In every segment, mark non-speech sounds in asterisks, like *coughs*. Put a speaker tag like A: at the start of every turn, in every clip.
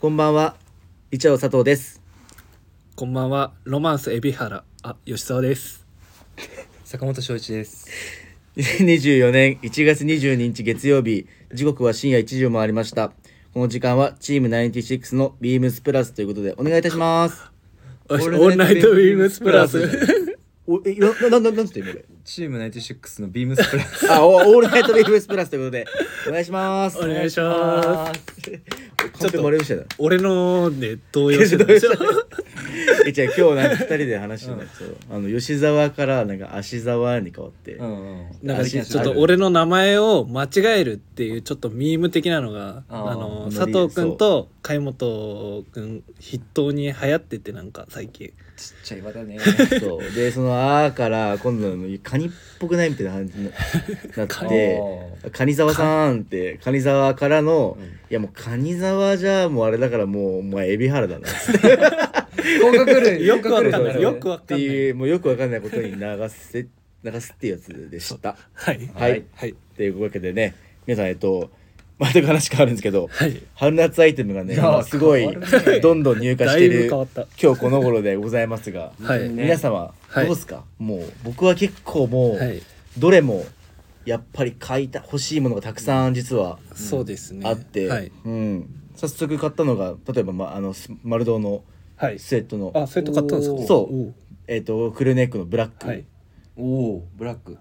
A: こんばんは、一応佐藤です。 *laughs*
B: こんばんは、ロマンス海老原、あ、吉沢です。
C: 坂本翔一です。
A: 2024年1月22日月曜日、時刻は深夜1時を回りました。この時間はチーム96のビームスプラスということでお願いいたします。
B: オールナイトビームスプラス。
A: おえななななんて言うの
C: チームナイトシックスのビームスプラス。
A: あおオールナイトビームスプラスということでお願いします。。
B: お願いします
A: ちょっと漏れましたね。
B: 俺のね、動揺してた *laughs* でしょ。
A: *laughs* えじゃあ今日なんか二人で話してたんですよ。あの吉沢からなんか足沢に変わって。
C: んうん。
B: なんか
A: 足
B: ちょ
A: 沢
B: っと俺の名前を間違えるっていうちょっとミーム的なのが
C: あー
B: あの
A: ノリ
B: 佐藤君と貝本君筆頭に流行っててなんか最近
C: ちっちゃい輪だね。
A: そうでその「あ」から今度のカニっぽくないみたいな感じにななって
C: で、
A: 「カニ沢さん」ってカニ沢からの
C: う
A: 「
C: ん
A: いやもうカニ沢じゃもうあれだからもうお前エビ原だな」
C: 広告類、
B: よくわかん
C: 広
B: な
C: 告
B: い
C: 類
B: よくわ
A: っ
B: か
A: て
B: んない
A: いうもうよくわかんないことに流せ流すっていうやつでした。
B: はい
A: はい、
C: はい
B: はい
A: というわけでね皆さんえっとまた話変わるんですけど
B: はい
A: 春夏アイテムがね
C: いや
A: 今すごい
C: 変わるね
A: どんどん入荷し
B: だ
A: て
B: いぶ
A: る
B: 変わった
A: 今日この頃でございますが。
B: はい
C: ね
A: 皆様、
B: はい
A: どうですかもう僕は結構もう、
B: はい
A: どれもやっぱり買いた欲しいものがたくさん実は
B: そうですね
A: あって、
B: はい
A: うん、早速買ったのが例えば、ま、あのス丸堂の
B: はい
A: スウェットの、
B: あそれと買ったんですか
A: そう
B: お
A: えー、とクルーネックのブラッ
B: ー
A: ク、
B: はい
C: おお、ブラック。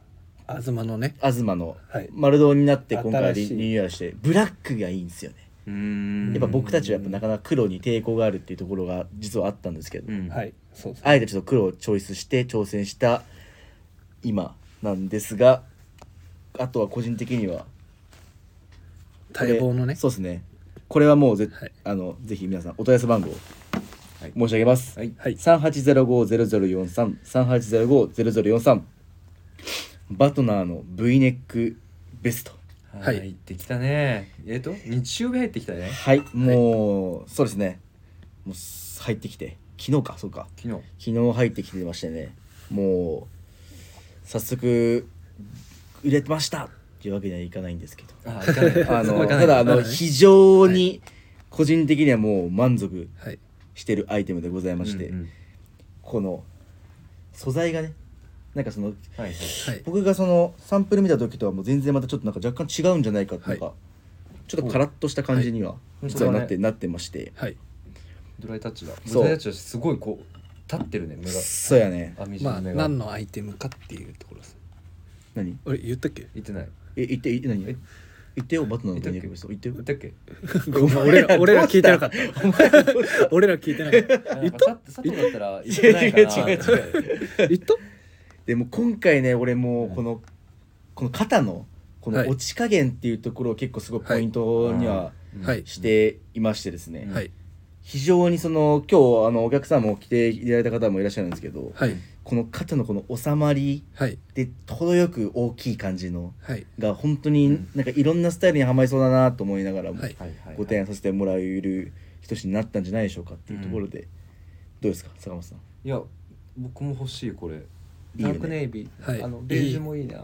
B: 東のね
A: 東の
B: はい
A: 丸堂になって今回
B: 新
A: リ
B: しい
A: ニューアルしてブラックがいいんですよね
C: うーん
A: やっぱ僕たちはやっぱなかなか黒に抵抗があるっていうところが実はあったんですけど、
C: うん。。
B: はいいそうですね
A: あえてちょっと黒をチョイスして挑戦した今なんですがあとは個人的にはこれ
B: 待望のね
A: そうですねこれはもうぜ、
B: はい
A: あのぜひ皆さんお問い合わせ番号、
C: はい
A: 申し上げます、
C: はい
B: はい
A: 3805-0043 3805-0043バトナーの V ネックベスト
B: はい
C: 入ってきたね。えっと、日曜日入ってきたね。
A: はいもう、そうですねもうす入ってきて昨日かそうか
C: 昨日。
A: 昨日入ってきてましてねもう早速売れてましたっていうわけにはいかないんですけど
C: あ、行か
A: *laughs*
C: ない
A: あ
C: そこ
A: の
C: 行か
A: た
C: ない
A: だあの
B: はい
A: 非常に個人的にはもう満足
B: はい
A: してるアイテムでございまして、
C: うんうん
A: この素材がねなんかその
C: はいはい。
B: はい
A: 僕がそのサンプル見た時とはもう全然またちょっとなんか若干違うんじゃないかとか、
B: は
A: ちょっとカラッとした感じには
C: お
A: 実はなっ
C: 本当
A: て、
C: だ
A: なってまして
B: はい
C: ドライタッチだ。
A: そう
C: ドライタッチだしすごいこう、立ってるね、目が。
A: そうやね
C: 網地
B: まあ
C: の目が。
B: 何のアイテムかっていうところです
A: 何
B: 俺言ったっ
C: *laughs*
B: け
C: 言ってない。
A: え言って言って何
C: え
A: 言ってよバトナーの
C: 言ったっ
A: ニ
C: け
A: ャクベスト言ってよ
C: 言ったっけ
B: ごめん俺ら俺ら聞いてなかった *laughs* 俺ら聞いてない言っ
C: あさ佐藤だったら言ってないか
A: 違う違う
C: な。
A: 違う
B: た言った
A: でも今回ね俺もうこの、この肩のこの
B: はい
A: 落ち加減っていうところを結構すごいポイントには
C: うん
B: はい
A: していましてですね、
C: うん
B: はい
A: 非常にその今日あのお客さんも来ていただいた方もいらっしゃるんですけど
B: はい
A: この肩のこの収まり
B: はい
A: で程よく大きい感じの
B: はい
A: が本当になんかいろんなスタイルにはまりそうだなと思いながらも
B: はい
C: はいはい
A: ご提案させてもらえる一品になったんじゃないでしょうかっていうところで、どうですか坂本さん
C: いや僕も欲しいこれ
A: いよ
C: ダ
A: ね
C: ークネイビー、
B: はい
C: あのベージュもいいな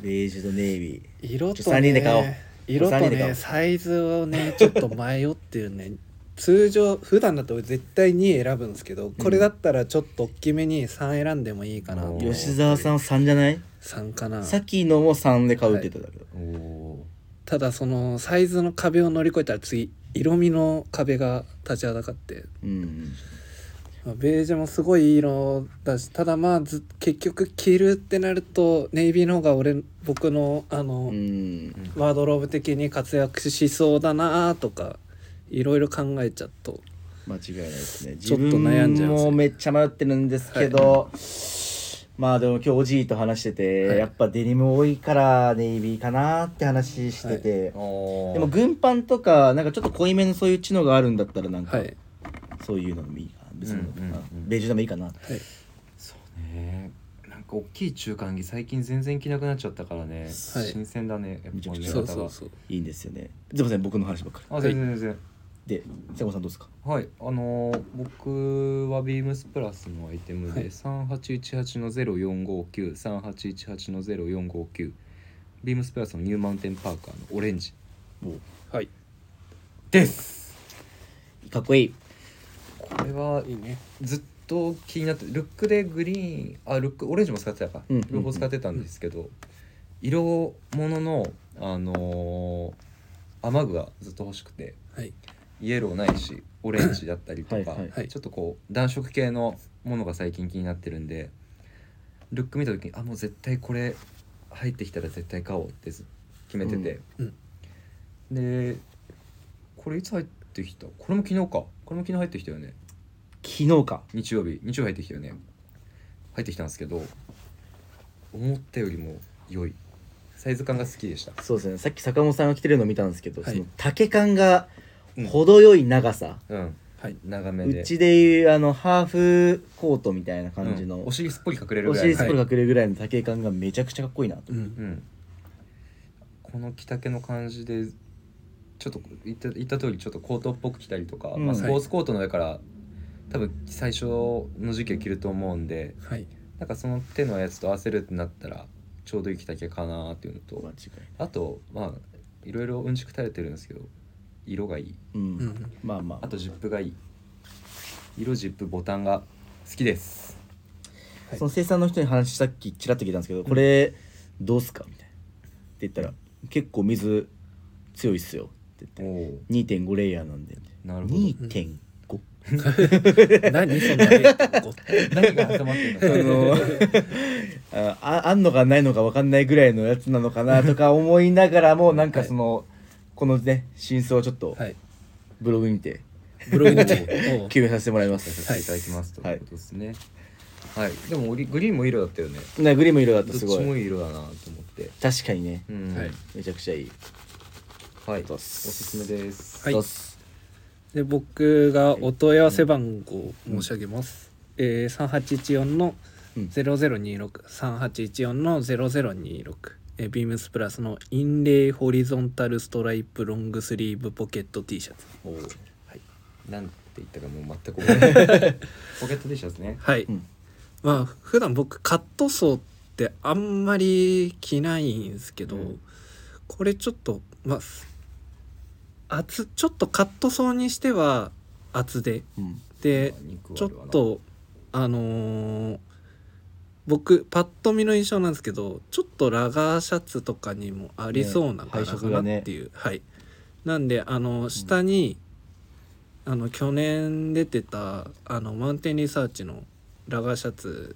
A: ベージュとネイビー
B: 色
A: ちょ
B: と
A: 三人で買おう
B: ね色
A: 三
B: と
A: 人で買おう
B: ねサイズをねちょっと迷ってるね通常普段だと絶対2選ぶんですけどこれだったらちょっと大きめに3選んでもいいかな
C: おー
A: 吉沢さんは3じゃない
B: 3かな
A: さっきのも3で買うって言ってたけど、
C: おお
B: ただそのサイズの壁を乗り越えたら次色味の壁が立ちはだかって
A: うん
B: まあベージュもすごいいい色だしただまあず結局着るってなるとネイビーの方が俺僕のあ
A: う
B: の、
A: ん
B: ワードローブ的に活躍しそうだなとかいろいろ考えちゃうと
A: 間違いないですね
B: ちょっと悩んじゃいま
A: 自分も
B: すね
A: めっちゃ迷ってるんですけど、まあでも今日おじいと話してて、
B: はい
A: やっぱデニム多いからネイビーかなって話してて、で
C: で
A: も軍パンとかなんかちょっと濃いめのそういう知能があるんだったらなんか、
B: はい
A: そういうのでもいいかな別に、
C: うんうんうん
A: あベージュでもいいかな
B: はい
C: そうねなんか大きい中間着最近全然着なくなっちゃったからね、新鮮だねやっぱ
A: めちゃくちゃ
B: そう
C: が
B: そうそう
A: いいんですよねすいません僕の話ばっかり
C: あ全然全然
A: で瀬尾さんどうですか
C: はいあのー僕はビームスプラスのアイテムで、
B: はい
C: 3818の04593818の0459ビームスプラスのニューマウンテンパーカーのオレンジ
A: もう
B: はい
C: です
A: かっこいい
C: これはい
B: いね
C: ずっと気になってルックでグリーンあルックオレンジも使ってたか、
A: うんうんうん
C: 両方使ってたんですけど、色物のあのー雨具がずっと欲しくて
B: はい
C: イエローないしオレンジだったりとか
A: はいはい
B: はい
C: ちょっとこう暖色系のものが最近気になってるんでルック見た時にあもう絶対これ入ってきたら絶対買おうってず決めてて、
B: うん
C: でこれいつ入ってきたこれも昨日かこれも昨日入ってきたよね
A: 昨日か
C: 日曜日日曜日入ってきたよね入ってきたんですけど思ったよりも良いサイズ感が好きでした
A: そうですねさっき坂本さんが着てるの見たんですけど、
B: はい
A: その丈感が程よい長さ、
C: うん
B: はい
C: 長めで
A: うちでいうあのハーフコートみたいな感じの、
C: うんお
A: お
C: 尻すっぽり隠れるぐらい
A: 尻
C: の
A: スポルがくるぐらいの丈感がめちゃくちゃかっこいいなと、
B: うん
C: うん、この着丈の感じでちょっと言った言った通りちょっとコートっぽく着たりとか、
A: うん
C: まあ、
A: はい
C: スポーツコートの上から多分最初の時期は着ると思うんで
B: はい
C: なんかその手のやつと合わせるってなったらちょうどいい着丈かなっていうの
A: 間
C: と
A: 違
C: あとまあいろいろうんちく垂れてるんですけど色がいい
A: いないうん、 *laughs*
B: うん
A: まあまあ
C: あとジップがいい色ジップボタンが好きです
B: はい
A: その生産の人に話さっきちらっと聞いたんですけど、これどうすかみたいなって言ったら結構水強いっすよって
C: お
A: 言って
C: お
A: 2.5レイヤーなんで
C: なるほど
A: 2.5、
B: 何そんな0.5って
C: 何が挟まってるの
A: あ
C: か
A: のあああんのかないのか分かんないぐらいのやつなのかなとか思いながらもなんかその、このね真相をちょっと
B: はい
A: ブログにて
B: ブロ
A: *laughs*
B: グにておう
A: 共有させてもらいま
C: さ
A: す、
C: せていただきますと
A: はい
C: いうことですね。はい、でもオリグリーンもいい色だったよね。
A: ねグリム色だと
C: どっ
A: す
C: ち
A: ごい
C: もいい色だなと思って。
A: 確かにね
C: うん、
B: は
C: はいい、
A: めちゃくちゃいい
C: おすすめです。
B: はい
A: そうっす
B: で僕がお問い合わせ番号を申し上げます、えー、3814の
A: うん
B: 00263814の0026えービームスプラスのインレイホリゾンタルストライプロングスリーブポケット T シャツ
C: おーはい、なんて言ったかもう全く覚えてない。ポケット T シャツね。
B: はい、
A: うん
B: まあ普段僕カットソーってあんまり着ないんですけど、
C: うん
B: これちょっとまあ厚ちょっとカットソーにしては厚手
A: うん
B: で
C: まあ肉
B: ちょ
C: は
B: っ
C: あるわな
B: とあのー僕パッと見の印象なんですけどちょっとラガーシャツとかにもありそうな
A: ね配
B: 柄か
A: 色がね
B: なっていう、はいなんであの下に、あの去年出てたあのマウンテンリサーチのラガーシャツ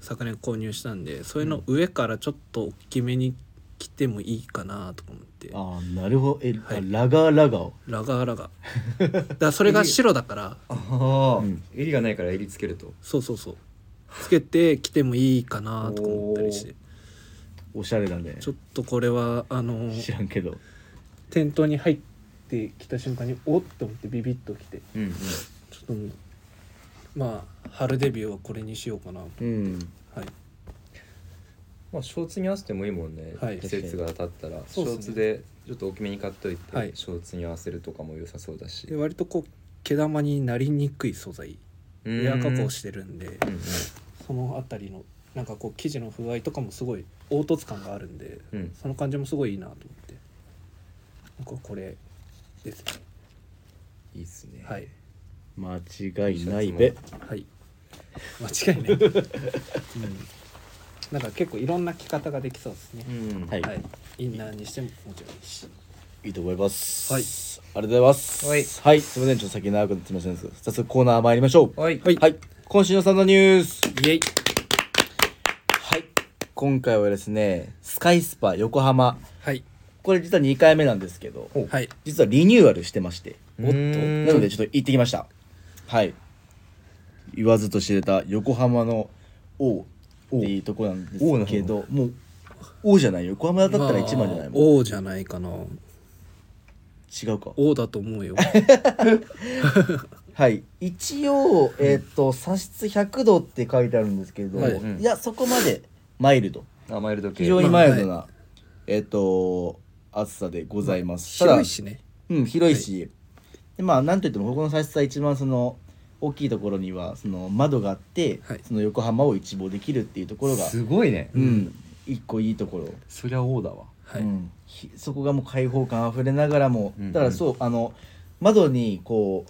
B: 昨年購入したんでそれの上からちょっと大きめに着てもいいかなとか思って、
A: ああなるほどえ、
B: はい
A: あラガーラガーを
B: ラガーラガーだからそれが白
A: *laughs*
B: だから
C: ああ、
A: うん
C: 襟がないから襟つけると。
B: そうそうそうつけて着てもいいかなとか思ったりして
A: おしゃれだね
B: ちょっとこれはあの
A: 知らんけど
B: 店頭に入ってきた瞬間におっと思ってビビッときて
C: うん、うん。
B: ちょっともうまあ春デビューはこれにしようかなと
A: うん
B: はい
C: まあショーツに合わせてもいいもんね。
B: はい
C: 季節が経ったら、シ
B: そう
C: ョ
B: です
C: ー
B: ね
C: ツでちょっと大きめに買っといて、
B: はい
C: ショーツに合わせるとかも良さそうだし。
B: で割とこう毛玉になりにくい素材
C: うん
B: エア加工してるんで
C: うん
B: そのあたりのなんかこう生地の風合いとかもすごい凹凸感があるんで
C: うん、うん。
B: その感じもすごいいいなと思って僕はこれですね
C: いいっすね。
B: はい
A: 間違いないべ
B: はい。
A: *laughs*
B: 間違いない。うん。なんか結構いろんな着方ができそうですね
C: う。ん。
A: はい、
B: はい
A: い、。
B: インナーにしてももちろんいいし。
A: いと思います
B: はい
A: ありがとうございます
C: はい
A: はい、すみませんちょっと先長くなってしまいましたが早速コーナー参りましょう
C: はい。
B: はい
A: はい、今週のサンドニュース。
B: イエイ。
A: はい、今回はですね、スカイスパ横浜。
B: はい。
A: これ実は2回目なんですけど、
C: お
B: はい。
A: 実はリニューアルしてまして、
C: おっと。
A: なのでちょっと行ってきました。はい。言わずと知れた横浜の王っていうとこなんですけど、もう王じゃない横浜だったら一番じゃない
B: まあ
A: もん。
B: 王じゃないかな。
A: 違うか。
B: 王だと
A: *laughs*
B: 思うよ。
A: はい、一応、えっと、差室100度って書いてあるんですけど、
B: はい
A: いや、そこまでマイルド。
C: あマイルド系
A: 非常に
B: まあ
A: マイルドな、
B: は
A: えっ、と暑さでございます、ただ
B: 広いしね。
A: うん、広いし、でまあなんといってもここの差しは一番その大きいところにはその窓があって、
B: はい
A: その横浜を一望できるっていうところが、
C: すごいね、
A: うん、一個いいところ、
C: そりゃ王だわ
B: はい。
A: うん、ひそこがもう開放感あふれながらも、
C: うん
A: だからそうあの窓にこ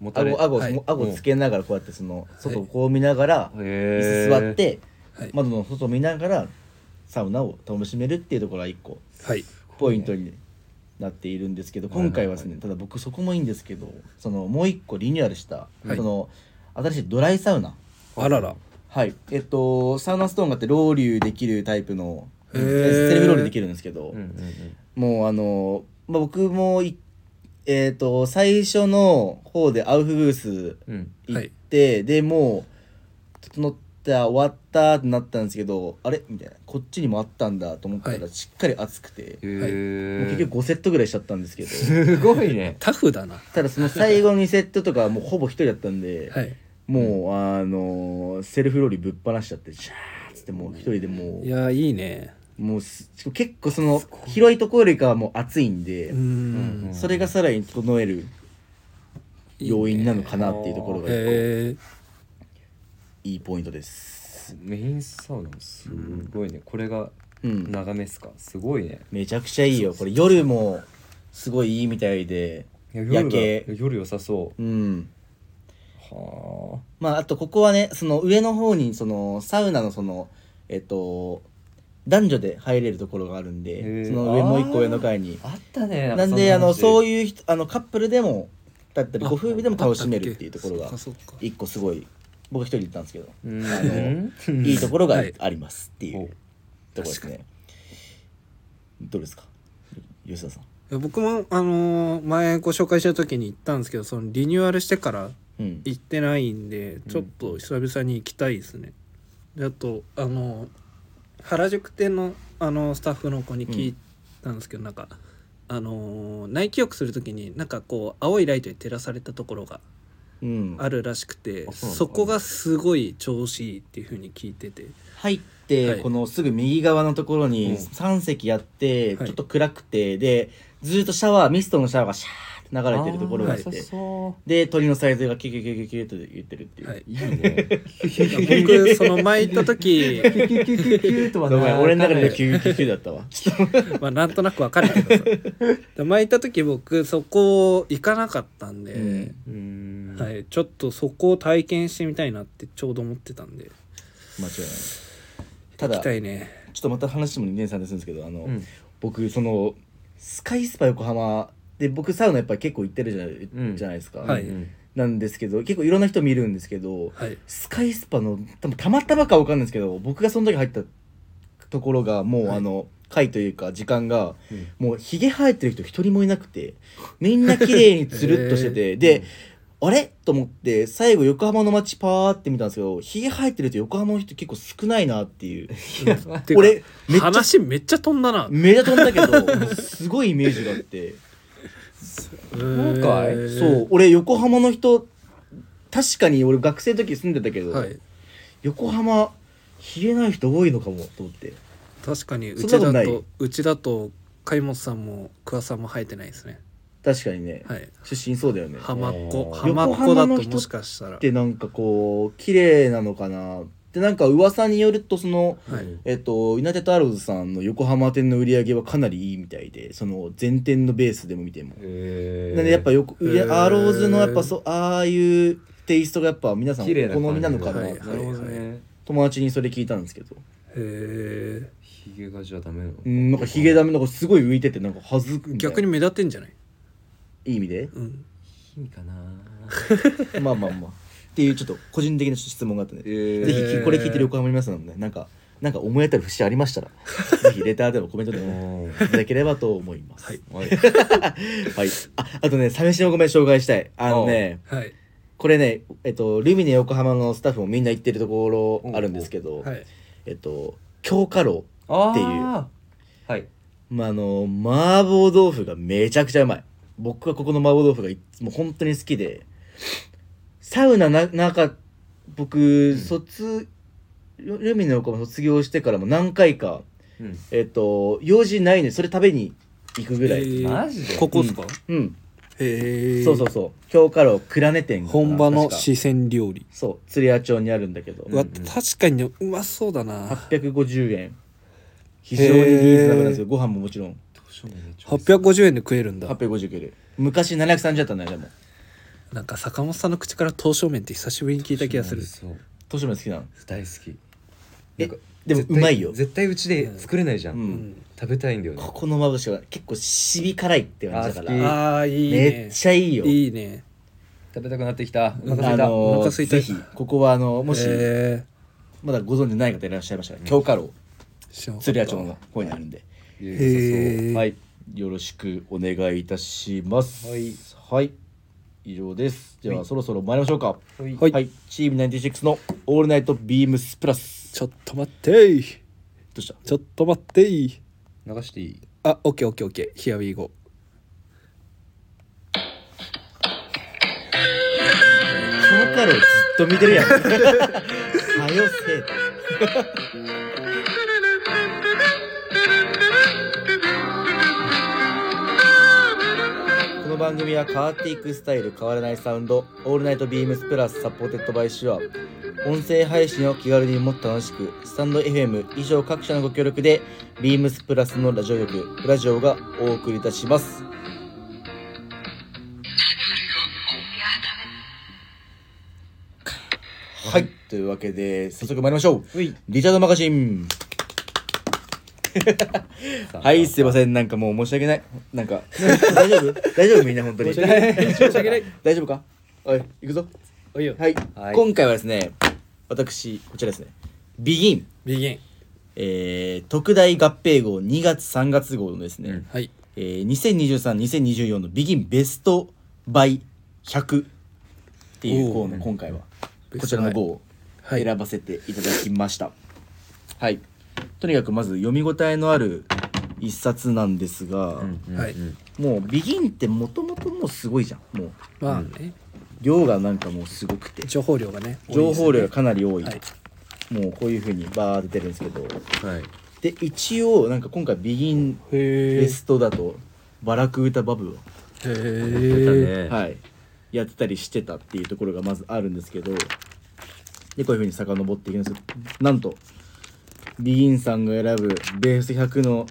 A: う
C: もたれ
A: 顎顎、
B: はい
A: 顎つけながらこうやってその外をこう見ながら、椅
C: へ
A: 子
C: ー
A: 座って、
B: はい
A: 窓の外を見ながらサウナを楽しめるっていうところが一個
B: はい
A: ポイントになっているんですけど
C: はいはい
A: 今回はですねただ僕そこもいいんですけどそのもう一個リニューアルした、
B: はい
A: その新しいドライサウナ
B: あらら
A: はいえっとサウナストーンがあってロウリュできるタイプの
B: へ
A: セ
B: ー
A: ルフロウリュできるんですけど、
C: うんうんうん
A: もうあの、まあ、僕もいえっと最初の方でアウフグース
C: うん
A: 行って、でもう整った終わったってなったんですけどあれみたいなこっちにもあったんだと思ったら、
B: はい
A: しっかり暑くて
C: へ
A: も
C: ー
A: う結局5セットぐらいしちゃったんですけど
C: すごいね
B: タフだな
A: ただその最後の2セットとかはもうほぼ1人だったんで、
B: はい
A: もうあのーセルフローリーぶっ放しちゃってシャーっつってもう1人でも
B: いやいいね
A: うもうす結構その広いところよりかはもう暑いんで
B: うー、ん
C: うん
A: それがさらに整える
B: いいね
A: 要因なのかなっていうところが1
B: へえ
A: 個いいポイントです。
C: メインサウナもすごいねこれが
A: うん、
C: 眺めっすかすごいね
A: めちゃくちゃいいよこれ夜もすごいいいみたいで
C: いや夜が
A: 夜景
C: 夜良さそ
A: うん
C: うは
A: まああとここはねその上の方にそのサウナのそのえっと男女で入れるところがあるん
C: へ
A: で
C: ー
A: その上もう一
C: あ
A: 個
C: ー
A: 上の階に
C: ああったね
A: なんであのそう
C: いう
A: いう人あのカップルでもだったり
B: あ
A: ご夫婦でも楽しめるっていうところ
B: あ
A: が
B: ったっけそっかそっか
A: 一個すごい僕一人で行ったんですけど
C: うん
A: あのいいところが
B: はい
A: ありますっていう
C: お
A: ところですねどうですか吉田さん
B: いや僕もあのー前ご紹介した時に行ったんですけどそのリニューアルしてから
A: うん
B: 行ってないんでちょっと久々に行きたいですね、であとあの原宿店のあのスタッフの子に聞いたんですけど、なんかあの内気浴する時になんかこう青いライトに照らされたところが
A: うん
B: あるらしくて、
C: あそうなんだ
B: そこがすごい調子いいっていう風に聞いてて
A: 入っ
B: は
A: て
B: い
A: このすぐ右側のところ
C: うん
A: に3席あってち
B: は
A: ょ
B: い
A: っと暗くてでずっとシャワーミストのシャワーがシャーって流れてるところがあっ
C: 良さ
A: て
C: そ
A: で鳥のサイズがキュキュキュキュキュと言ってるっていう
C: *laughs*
B: はい。
C: ういいね
B: 僕その前行った時、
C: キュキュキュキュと
A: ご
C: は
A: めん俺の中で
C: キュ
A: キュキュキュだったわ
B: *laughs* まあ、なんとなく分かるけどさで前行った時僕そこ行かなかったんで、
A: うん
C: うーん
B: はい、ちょっとそこを体験してみたいなってちょうど思ってたんで
A: 間違いないた
B: 行
A: だ
B: き
A: ち
B: た
A: ょ
B: いね
A: っとまた話も2年さんでするんですけどあの
C: うん
A: 僕そのスカイスパ横浜で僕サウナやっぱり結構行ってるじゃ
C: う
A: なんいじゃないですか、
B: はい
C: うん
A: なんですけど結構いろんな人見るんですけど、
B: はい
A: スカイスパの多分たまたまかわかんないですけど僕がその時入ったところがもう
B: はい
A: あの、回というか時間が
C: うん
A: もうひげ生えてる人一人もいなくてみんな綺麗につるっとして
B: *laughs*
A: て、で、あれと思って最後横浜の街パーって見たんですけどひげ生えてる人横浜の人結構少ないなっていう
B: てか
A: *laughs* 俺めっちゃ
B: 話めっちゃ飛んだな
A: 目立とんだけどすごいイメージがあっ
B: *laughs*
A: て
B: 今
C: かい
A: そう俺横浜の人確かに俺学生の時住んでたけど、
B: はい
A: 横浜冷えない人多いのかもと思って
B: 確かにう
A: そん
B: ち
A: なこと
B: だ
A: ない
B: とうちだと貝本さんも桑さんも生えてないですね
A: 確かにね、
B: はい
A: 出身そうだよね
B: 浜っ子
C: あー
B: 浜っ子だ
A: 横浜の
B: と
A: 人
B: もしかしたら
A: でなんかこう綺麗なのかなでなんか噂によるとその
B: はい
A: えっと、ユナイテッドアローズさんの横浜店の売り上げはかなりいいみたいでその全店のベースでも見ても、
C: へー
A: なんでやっぱよく、
B: へー
A: アローズのやっぱそうああいうテイストがやっぱ皆さんお
C: 綺麗な感じ
A: 好みなのかな
B: はい
C: なるほどね
A: 友達にそれ聞いたんですけど、
B: へ
C: ヒゲがじゃダメなの
A: うん、なんかヒゲダメなんかすごい浮いててなんかはずく
B: え
A: みたいな
B: 逆に目立ってんじゃない、
A: いい意味で
B: うん、
C: 意味かな
A: まあまあまあっていうちょっと個人的な質問があったんで
C: えー
A: ぜひ聞これ聞いてる横浜の皆さんもね、なんか、なんか思い当たる節ありましたら、ぜひレターでもコメントでも
C: おー
A: いただければと思います。はい。
C: おい
A: あ、あとね、サ飯のごめん紹介したい。あのね、
B: はい
A: これね、えっと、ルミネ横浜のスタッフもみんな行ってるところあるんですけど、
B: はい
A: えっと、京華楼、
C: って
A: いう
C: はい
A: まあ、あの、麻婆豆腐がめちゃくちゃうまい。僕はここの麻婆豆腐がいつも本当に好きで、サウナな、なんか、僕、卒、ルミネ横浜卒業してからも何回か、
C: うん
A: えっと、用事ないのにそれ食べに行くぐらい。
B: えー
C: マジで
B: ここっすか、
A: うん。
B: へえ
A: そうそうそう。京華楼倉根店かな。
B: 本場の
A: 確か
B: 四川料理
A: そう、鶴屋町にあるんだけど
B: う。わ
C: うんうん
B: 確かにねうまそうだな
A: 850円。非常にリーズナブルなんですよ。ご飯ももちろん
C: どうしようもないちょっと
B: 850円で食えるんだ
A: 850円。昔730円だったんだよ、でも。
B: なんか坂本さんの口から刀削麺って久しぶりに聞いた気がする
C: そう
A: としめ好きなの
C: 大好き
A: え
C: なんか
A: でも
C: 絶対
A: うまいよ
C: 絶対うちで作れないじゃん、
A: うん
C: 食べたいんだよね
A: ここのまぶしは結構しび辛いって感じだか
C: あ好き
A: ら
B: ああいいね
A: めっちゃいいよ
B: いいね
C: 食べたくなってきたお腹空
A: あ
C: いた、
A: の
B: お
A: ー
B: 腹空いた
A: ぜひここはあのもし
B: え
A: まだご存知ない方いらっしゃいましたら京華楼
B: ー
A: 鶴屋町の方にあるんで
C: 良
B: へー
C: さはい
A: よろしくお願いいたします
C: はい
A: はい以上ですではそろそろ参りましょうか
C: はい
B: はい
A: チーム96の「オールナイトビームスプラス
B: ちょっと待って
A: どうした
B: ちょっと待って
C: 流していい
B: あオッケーオッケーオッケー Here we go
A: 京華楼ずっと見てるやんはよせえこの番組は変わっていくスタイル変わらないサウンド「オールナイトビームスプラスサポーテッドバイシュア」音声配信を気軽にもっと楽しくスタンド FM 以上各社のご協力でビームスプラスのラジオ局ラジオがお送りいたしますはいというわけで早速参りましょう
C: はい
A: リチャードマガジンはいすいま
C: ん
A: せんなんかもう申し訳ないなんか大丈夫大丈夫みんな本当に
B: 申し訳ない申し訳ない
A: 大丈夫かおい行くぞ
B: おいよ
A: はい、
C: はい
A: 今回はですね私こちらですねビギン
B: ビギン
A: えー、特大合併号2月3月号のですね、
C: うん
B: はい
A: えー、20232024のビギンベストバイ100っていう号の今回はこちらの号を
B: はい
A: 選ばせていただきましたはい、とにかくまず読み応えのある一冊なんですが、
C: うんうんうん
B: はい
A: もうビギンってもともともうすごいじゃんもう
B: まあね
A: 量がなんかもうすごくて
B: 情報量がね
A: 情報量がかなり多
B: 多
A: い、
B: いですね
A: もうこういうふうにバーって出てるんですけど
C: はい
A: で一応なんか今回ビギン
B: はいへ
A: ベストだとバラクータバブ
B: え
C: 出
B: へえ
A: を、
C: たね
A: はい、やってたりしてたっていうところがまずあるんですけどでこういうふうに遡っていくんですけどなんとビギンさんが選ぶベース100の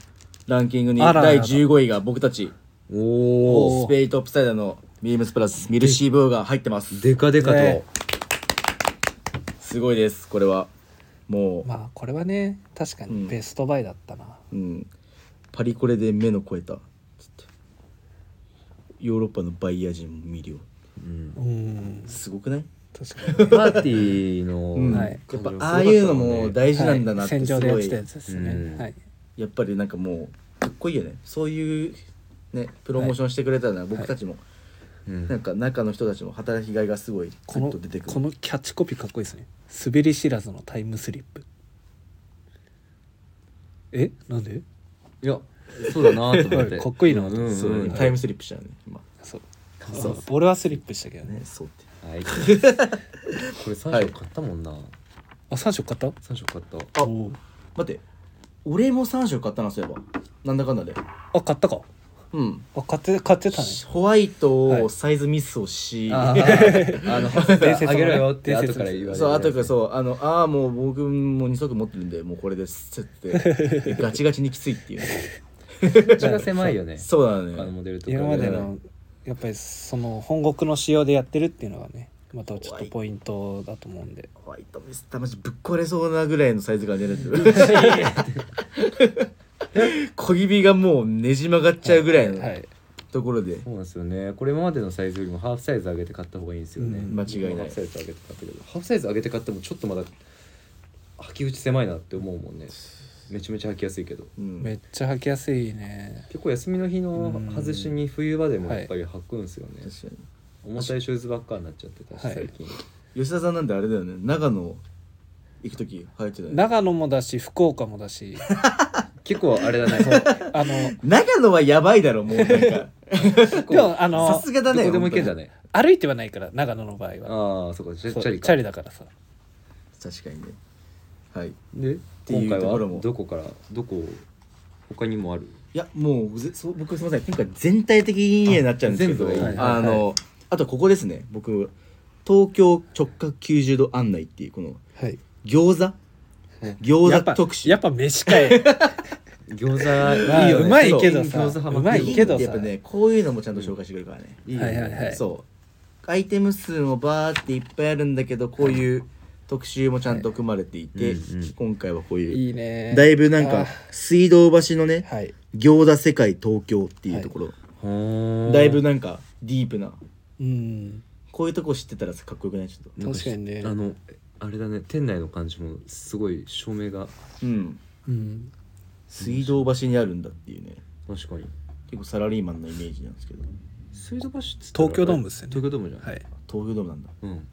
A: ランキングに
B: あらら
A: 第
B: ら
A: 15位が僕たち
C: お
A: スペイトップサイダーのビームスプラスミルシーブーが入ってます
C: ーでかでかと、
B: ね
A: すごいですこれはもう、
B: まあこれはね確か
A: うん
B: にベストバイだったな
A: うん、パリコレで目の超えたつってヨーロッパのバイヤ人も見るよ
C: うん
B: うん
A: すごくない
B: 確かにね
C: パーティーの、
A: うん
B: はい
A: やっぱ
C: 感じが
A: ああいうの
C: すごか
A: も
C: ったね
A: 大事なんだな
B: は
A: っ
B: い
A: てす
B: 戦場でや
A: ご
B: って
A: い
B: たやつです
C: うん
B: ねはい
A: やっぱりなんかもうかっこいいよねそういうねプロモーションしてくれたら僕たちも
C: うん
A: なんか中の人たちも働きがいがすごい
B: こ
A: グッ
B: の
A: と出てく
B: こ
A: る
B: のキャッチコピーかっこいいですね「滑り知らずのタイムスリップ」えなんで
C: いやそうだなと思って
B: かっこいいなと思って
A: そ
C: そうう
A: タイムスリップしたよね今
B: そう
A: そう
B: 俺はスリップしたけどね
A: ねそうって
C: はい、これ三色買ったもんな、
B: あ三3色買った
C: 三色買った
A: あ
B: おう
A: 待って俺も3色買ったなそういえばなんだかんだで
B: あ買ったか
A: うん
B: あ買って買ってたね
A: ホワイト
B: は
A: を
B: い
A: サイズミスをし、
C: あーあの
B: 伝説のね
C: あげろよって
B: 伝
C: 後
B: 説
C: から言われるやつ
A: そうあとからそうあのああもう僕も2足持ってるんでもうこれですっつってガチガチにきついっていうね
C: 口が狭いよね
A: そうなの
C: あのモ
A: ね
C: デルとか
B: 今までのやっぱりその本国の仕様でやってるっていうのがねまたちょっとポイントだと思うんで
A: ホワイトミスターマジぶっ壊れそうなぐらいのサイズが出るんで *laughs* 小指がもうねじ曲がっちゃうぐらいの
B: はい
A: ところで
C: そうなんですよねこれ今までのサイズよりもハーフサイズ上げて買った方がいいんですよね、
B: うん
A: 間違いない
C: ハーフサイズ上げて買ったけどハーフサイズ上げて買ってもちょっとまだ履き口狭いなって思うもんねめちゃめちゃ履きやすいけど
A: うん
B: めっちゃ履きやすいね
C: 結構休みの日の外しに冬場でもやっぱり履くんですよね、
A: 確かに
C: 重たいシューズばっかになっちゃってたし
B: はい
C: 最近、
A: 吉田さんなんてあれだよね長野行く時流行ってたよね
B: 長野もだし福岡もだし
C: 結構あれだね
B: あの
A: 長野はやばいだろもう *laughs* なんか
C: 結構
B: でもあの
A: さすがだね
C: どこでも行けんだね
B: 歩いてはないから長野の場合は
C: ああそうかチ
B: そ
C: ャ
B: う
C: チャリ
B: だ
C: か
B: からさ
A: 確かにねはいい
C: で
A: ていう
C: 今回
A: とこ
C: は
A: ろも
C: どこからどこ他にもある
A: やもうぜそう僕すみません今回全体的にになっちゃうんですけどあ,、
C: あ全部がいい
A: の、あとここですね僕東京直角90度案内っていうこの
B: はい
A: 餃子
C: うん
B: や
A: 餃
B: っ
A: 子
B: ぱ
A: 特集
B: やっぱ飯かえ
C: 餃子
B: まあ
C: *laughs* いいよね
B: うまいけどさ
C: 餃子ハマってる
B: うまいけどさ
A: やっぱねこういうのもちゃんと紹介してくれるからね、
C: いいよ
B: はいはいはい
A: そうアイテム数もバーっていっぱいあるんだけどこういう特集もちゃんと組まれていて、
C: うんうん
A: 今回はこういう
B: いいね
A: だいぶなんか水道橋の
B: あ
A: ね
B: ーはい
A: 餃子世界東京っていうところ、
C: ほー
A: だいぶなんかディープな
B: うん
A: こういうとこ知ってたらさかっこよくないちょっと
C: なん
B: 確かにね
C: あのあれだね店内の感じもすごい照明が
A: うん
B: うん
A: 水道橋にあるんだっていうね
C: 確かに
A: 結構サラリーマンのイメージなんですけど
C: 水道橋っつったら
B: 東京ドームですよね
C: 東京ドームじゃん
B: はい
A: 東京ドームなんだ
C: うん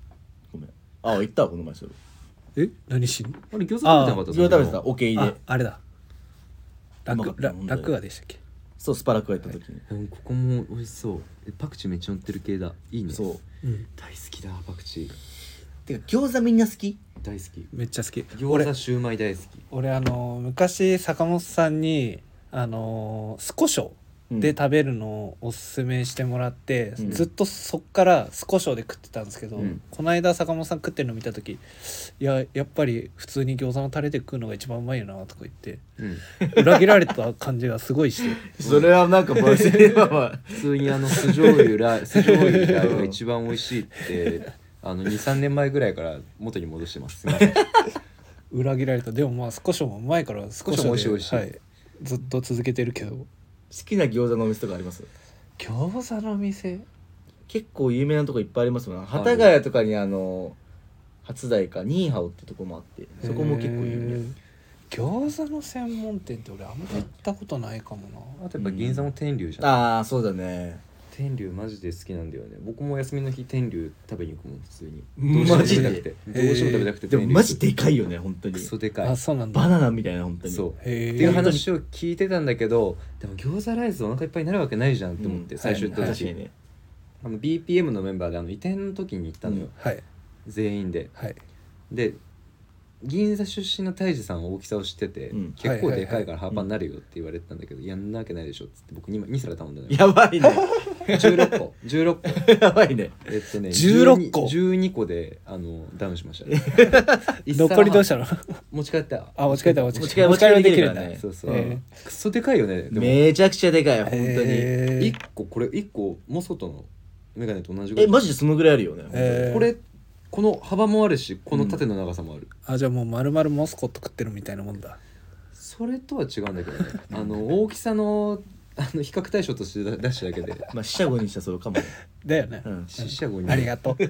A: ごめんあ行ったわこの前それ
B: え何しに
C: あれ餃子食べてなかった
A: 自分食べてた
C: その
A: オケイ
B: あ
A: で
B: あれだ
A: うまか
B: 楽
A: った
B: ら
A: 問題
B: 楽はでしたっけ
A: そうスパラクが行った時に、
C: 時もうんここも美味しそうえパクチーめっちゃ乗ってる系だいいね
A: そう
B: うん
C: 大好きだパクチー
A: てか餃子みんな好き
C: 大好き
B: めっちゃ好き
C: 餃子シューマイ大好き
B: 俺あの昔坂本さんにあのスコショ
A: うん
B: で食べるのをおすすめしてもらって、
A: うん
B: ずっとそっからスコショで食ってたんですけど、
C: うん
B: この間坂本さん食ってるの見た時いややっぱり普通に餃子のタレで食うのが一番うまいよなとか言って
C: *laughs* うん
B: 裏切られた感じがすごいして
A: それはなん *laughs* かバスれは
C: 普通にあの酢醤油
B: *laughs*
C: ラー酢醤油ラーが一番美味しいってあの23年前ぐらいから元に戻してますすいません
B: 裏切られたでもまあスコショもうまいからスコショで
C: スコショ美味しい美
B: は
C: 味しい
B: い、ずっと続けてるけど
A: 好きな餃子のお店とかあります
B: 餃子の店
A: 結構有名なとこいっぱいありますもんね幡ヶ谷とかにあの初台かニーハオってとこもあってそこも結構有名
B: へー餃子の専門店って俺あんま行ったことないかもな、
C: あとやっぱ銀座も天竜じゃん、
A: ああそうだね
C: 天竜マジで好きなんだよね僕もお休みの日天竜食べに行くもん普通に
A: マジで
C: どうしても食べたくてどうしても食べたくて
A: でも
C: 天竜
A: マジでかいよね本当に
C: クソでか
B: あ
C: い
B: そうなんだ
A: バナナみたいな本当に
C: そう
B: へ
C: っ
B: ー
C: ていう話を聞いてたんだけどでも餃子ライスお腹いっぱいになるわけないじゃんって思って、
A: うん
C: 最初行った
A: はい
C: 時、
A: 確かにね
C: あの BPM のメンバーであの移転の時に行ったのよ、
B: はい
C: 全員で
B: はい
C: で銀座出身の泰治さんは大きさを知ってて、
A: うん
C: 結構でか
B: はいはいはい
C: いからハーパーになるよって言われてたんだけど、やんなわけないでしょっつって僕 2, 皿頼んだのよ
A: やばいね
C: 16個16個
A: やばいね
C: えっとね
B: 16個
C: 12個であのダウンしましたね一皿半
B: 残りどうしたの *laughs*
C: 持ち帰った
B: あ持ち帰った持
A: 持
B: ち
A: ち
B: 帰
A: 帰り
B: った
A: 持ち帰りできる
B: ん
A: ん
B: だ
A: だ
B: ね
A: ね
C: そうそう、
B: え
C: クソでかいよねでも
A: めちゃくちゃでかい本当に
B: へー
C: 1個これ1個モソとのメガネと同じぐら
A: え
C: い
A: マジでそのぐらいあるよね、
B: えー
C: これこの幅もあるしこの縦の長さもある、
B: あじゃあもう丸々モスコット食ってるみたいなもんだ
C: それとは違うんだけどねあの大きさのあの比較対象として出出しただけで
A: まあ四捨五入したらそうかもね、
B: だよね、
A: うん、
C: 死者後に
B: ありが *laughs* とう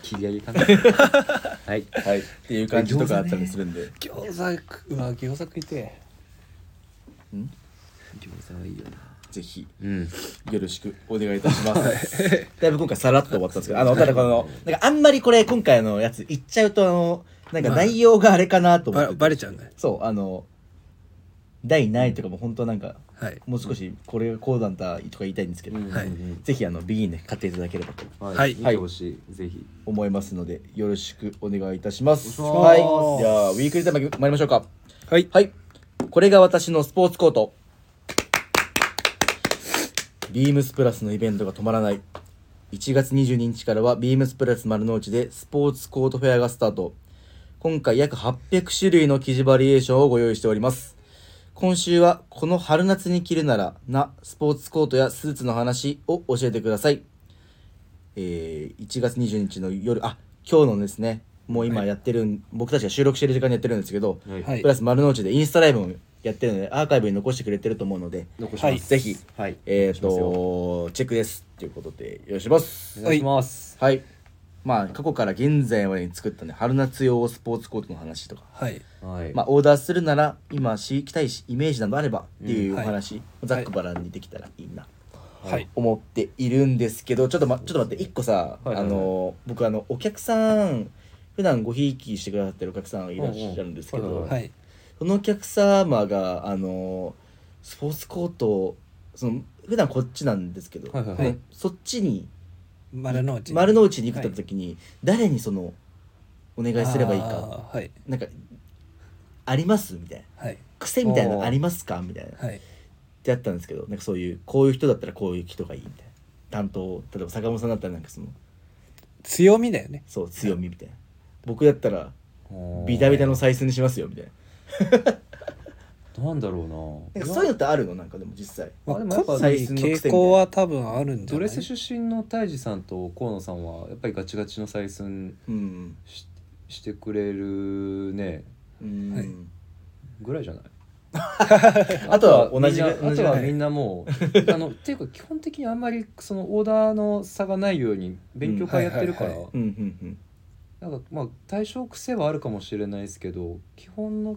C: 切り上
B: *laughs*
C: げかなはい
A: はいっていう感じとかあったりするんで、
B: 餃子食うわ餃子食いて
A: うん
C: 餃子はいいよな
A: ぜひ
C: うん
A: よろしくお願いいたします。 *laughs* だいぶ今回さらっと終わったんですけど、あの、ただこの、なんかあんまりこれ今回のやつ言っちゃうと、あの、なんか内容があれかなと思って
B: ババレちゃうね
A: そう、あの、第何位とかも本当はなんか、
B: はい
A: もう少しこれがこうなんだとか言いたいんですけど、
B: はい
C: うん
A: ぜひあの、ビギンで買っていただければと
C: はい、
B: はい
C: 見てほしい、ぜひ
A: 思いますので、よろしくお願いいたします。
C: お
A: は
B: 願いします
A: い。じゃあ、ウィークリーテーマ参りましょうか。
B: はい
A: はい。これが私のスポーツコート。ビームスプラスのイベントが止まらない。1月22日からはビームスプラス丸の内でスポーツコートフェアがスタート。今回約800種類の生地バリエーションをご用意しております。今週はこの春夏に着るならなスポーツコートやスーツの話を教えてください。えー1月22日の夜、あ、今日のですね、もう今やってるん、僕たちが収録してる時間にやってるんですけど、
C: はい、
B: はい
A: プラス丸の内でインスタライブもやってるのでアーカイブに残してくれてると思うので
C: 残します、
B: はい
A: ぜひ
C: はい
A: えっ、
C: お願いしますよ
A: とチェックですということでよろしくお願いします
C: お願いします、
A: はいまあ過去から現在までに作ったね春夏用スポーツコートの話とか、
B: はい
C: はい
A: まあ、オーダーするなら今し着たいしイメージなどあればっていううんお
B: はい
A: 話、ざっくばらんにできたらいいな
B: はい
A: 思っているんですけどちょっと,、ま、ちょっと待って一個さ、
C: はいはいはい
A: あの僕あのお客さん普段ごひいきしてくださってるお客さんいらっしゃるんですけど、
C: うんうんはいはいはい
B: はい
A: そのお客様があのスポーツコートをその普段こっちなんですけど、
C: はいはい
B: はい
A: ねそっちに
B: 丸の内
A: 丸の内に行くと時に、誰にそのお願いすればいいか
B: あーはい
A: なんかありますみたいな
B: はい
A: 癖みたいなのありますかみたいなっ
B: はい
A: てやったんですけどなんかそういうこういう人だったらこういう人がいいみたいな担当例えば坂本さんだったらなんかその
B: 強みだよね
A: そう強みみたいな僕だったら
C: おー
A: ビタビタの採寸にしますよみたいな
C: なんだろう
A: な
C: なん
A: かそういうのってあるのなんかでも実際
B: まあ、
C: あ
B: 個
C: で
B: 々
C: もやっぱ
B: に傾向は多分あるんじゃ
C: ド
B: な
C: レ
B: い
C: ス出身の泰治さんと河野さんはやっぱりガチガチの採寸
A: うん
C: ししてくれるね
A: うん、
B: はい
C: ぐらいじ
A: *laughs*
C: ゃない
A: あとは同じ
C: あ
A: ぐ
C: とは
A: 同
C: あ
A: じぐら
C: と
A: い
C: はみんなもうあのっていうか基本的にあんまりそのオーダーの差がないように勉強会やってるから、
B: うんはいは
A: うんうん
C: なんかまあ対象癖はあるかもしれないですけど基本の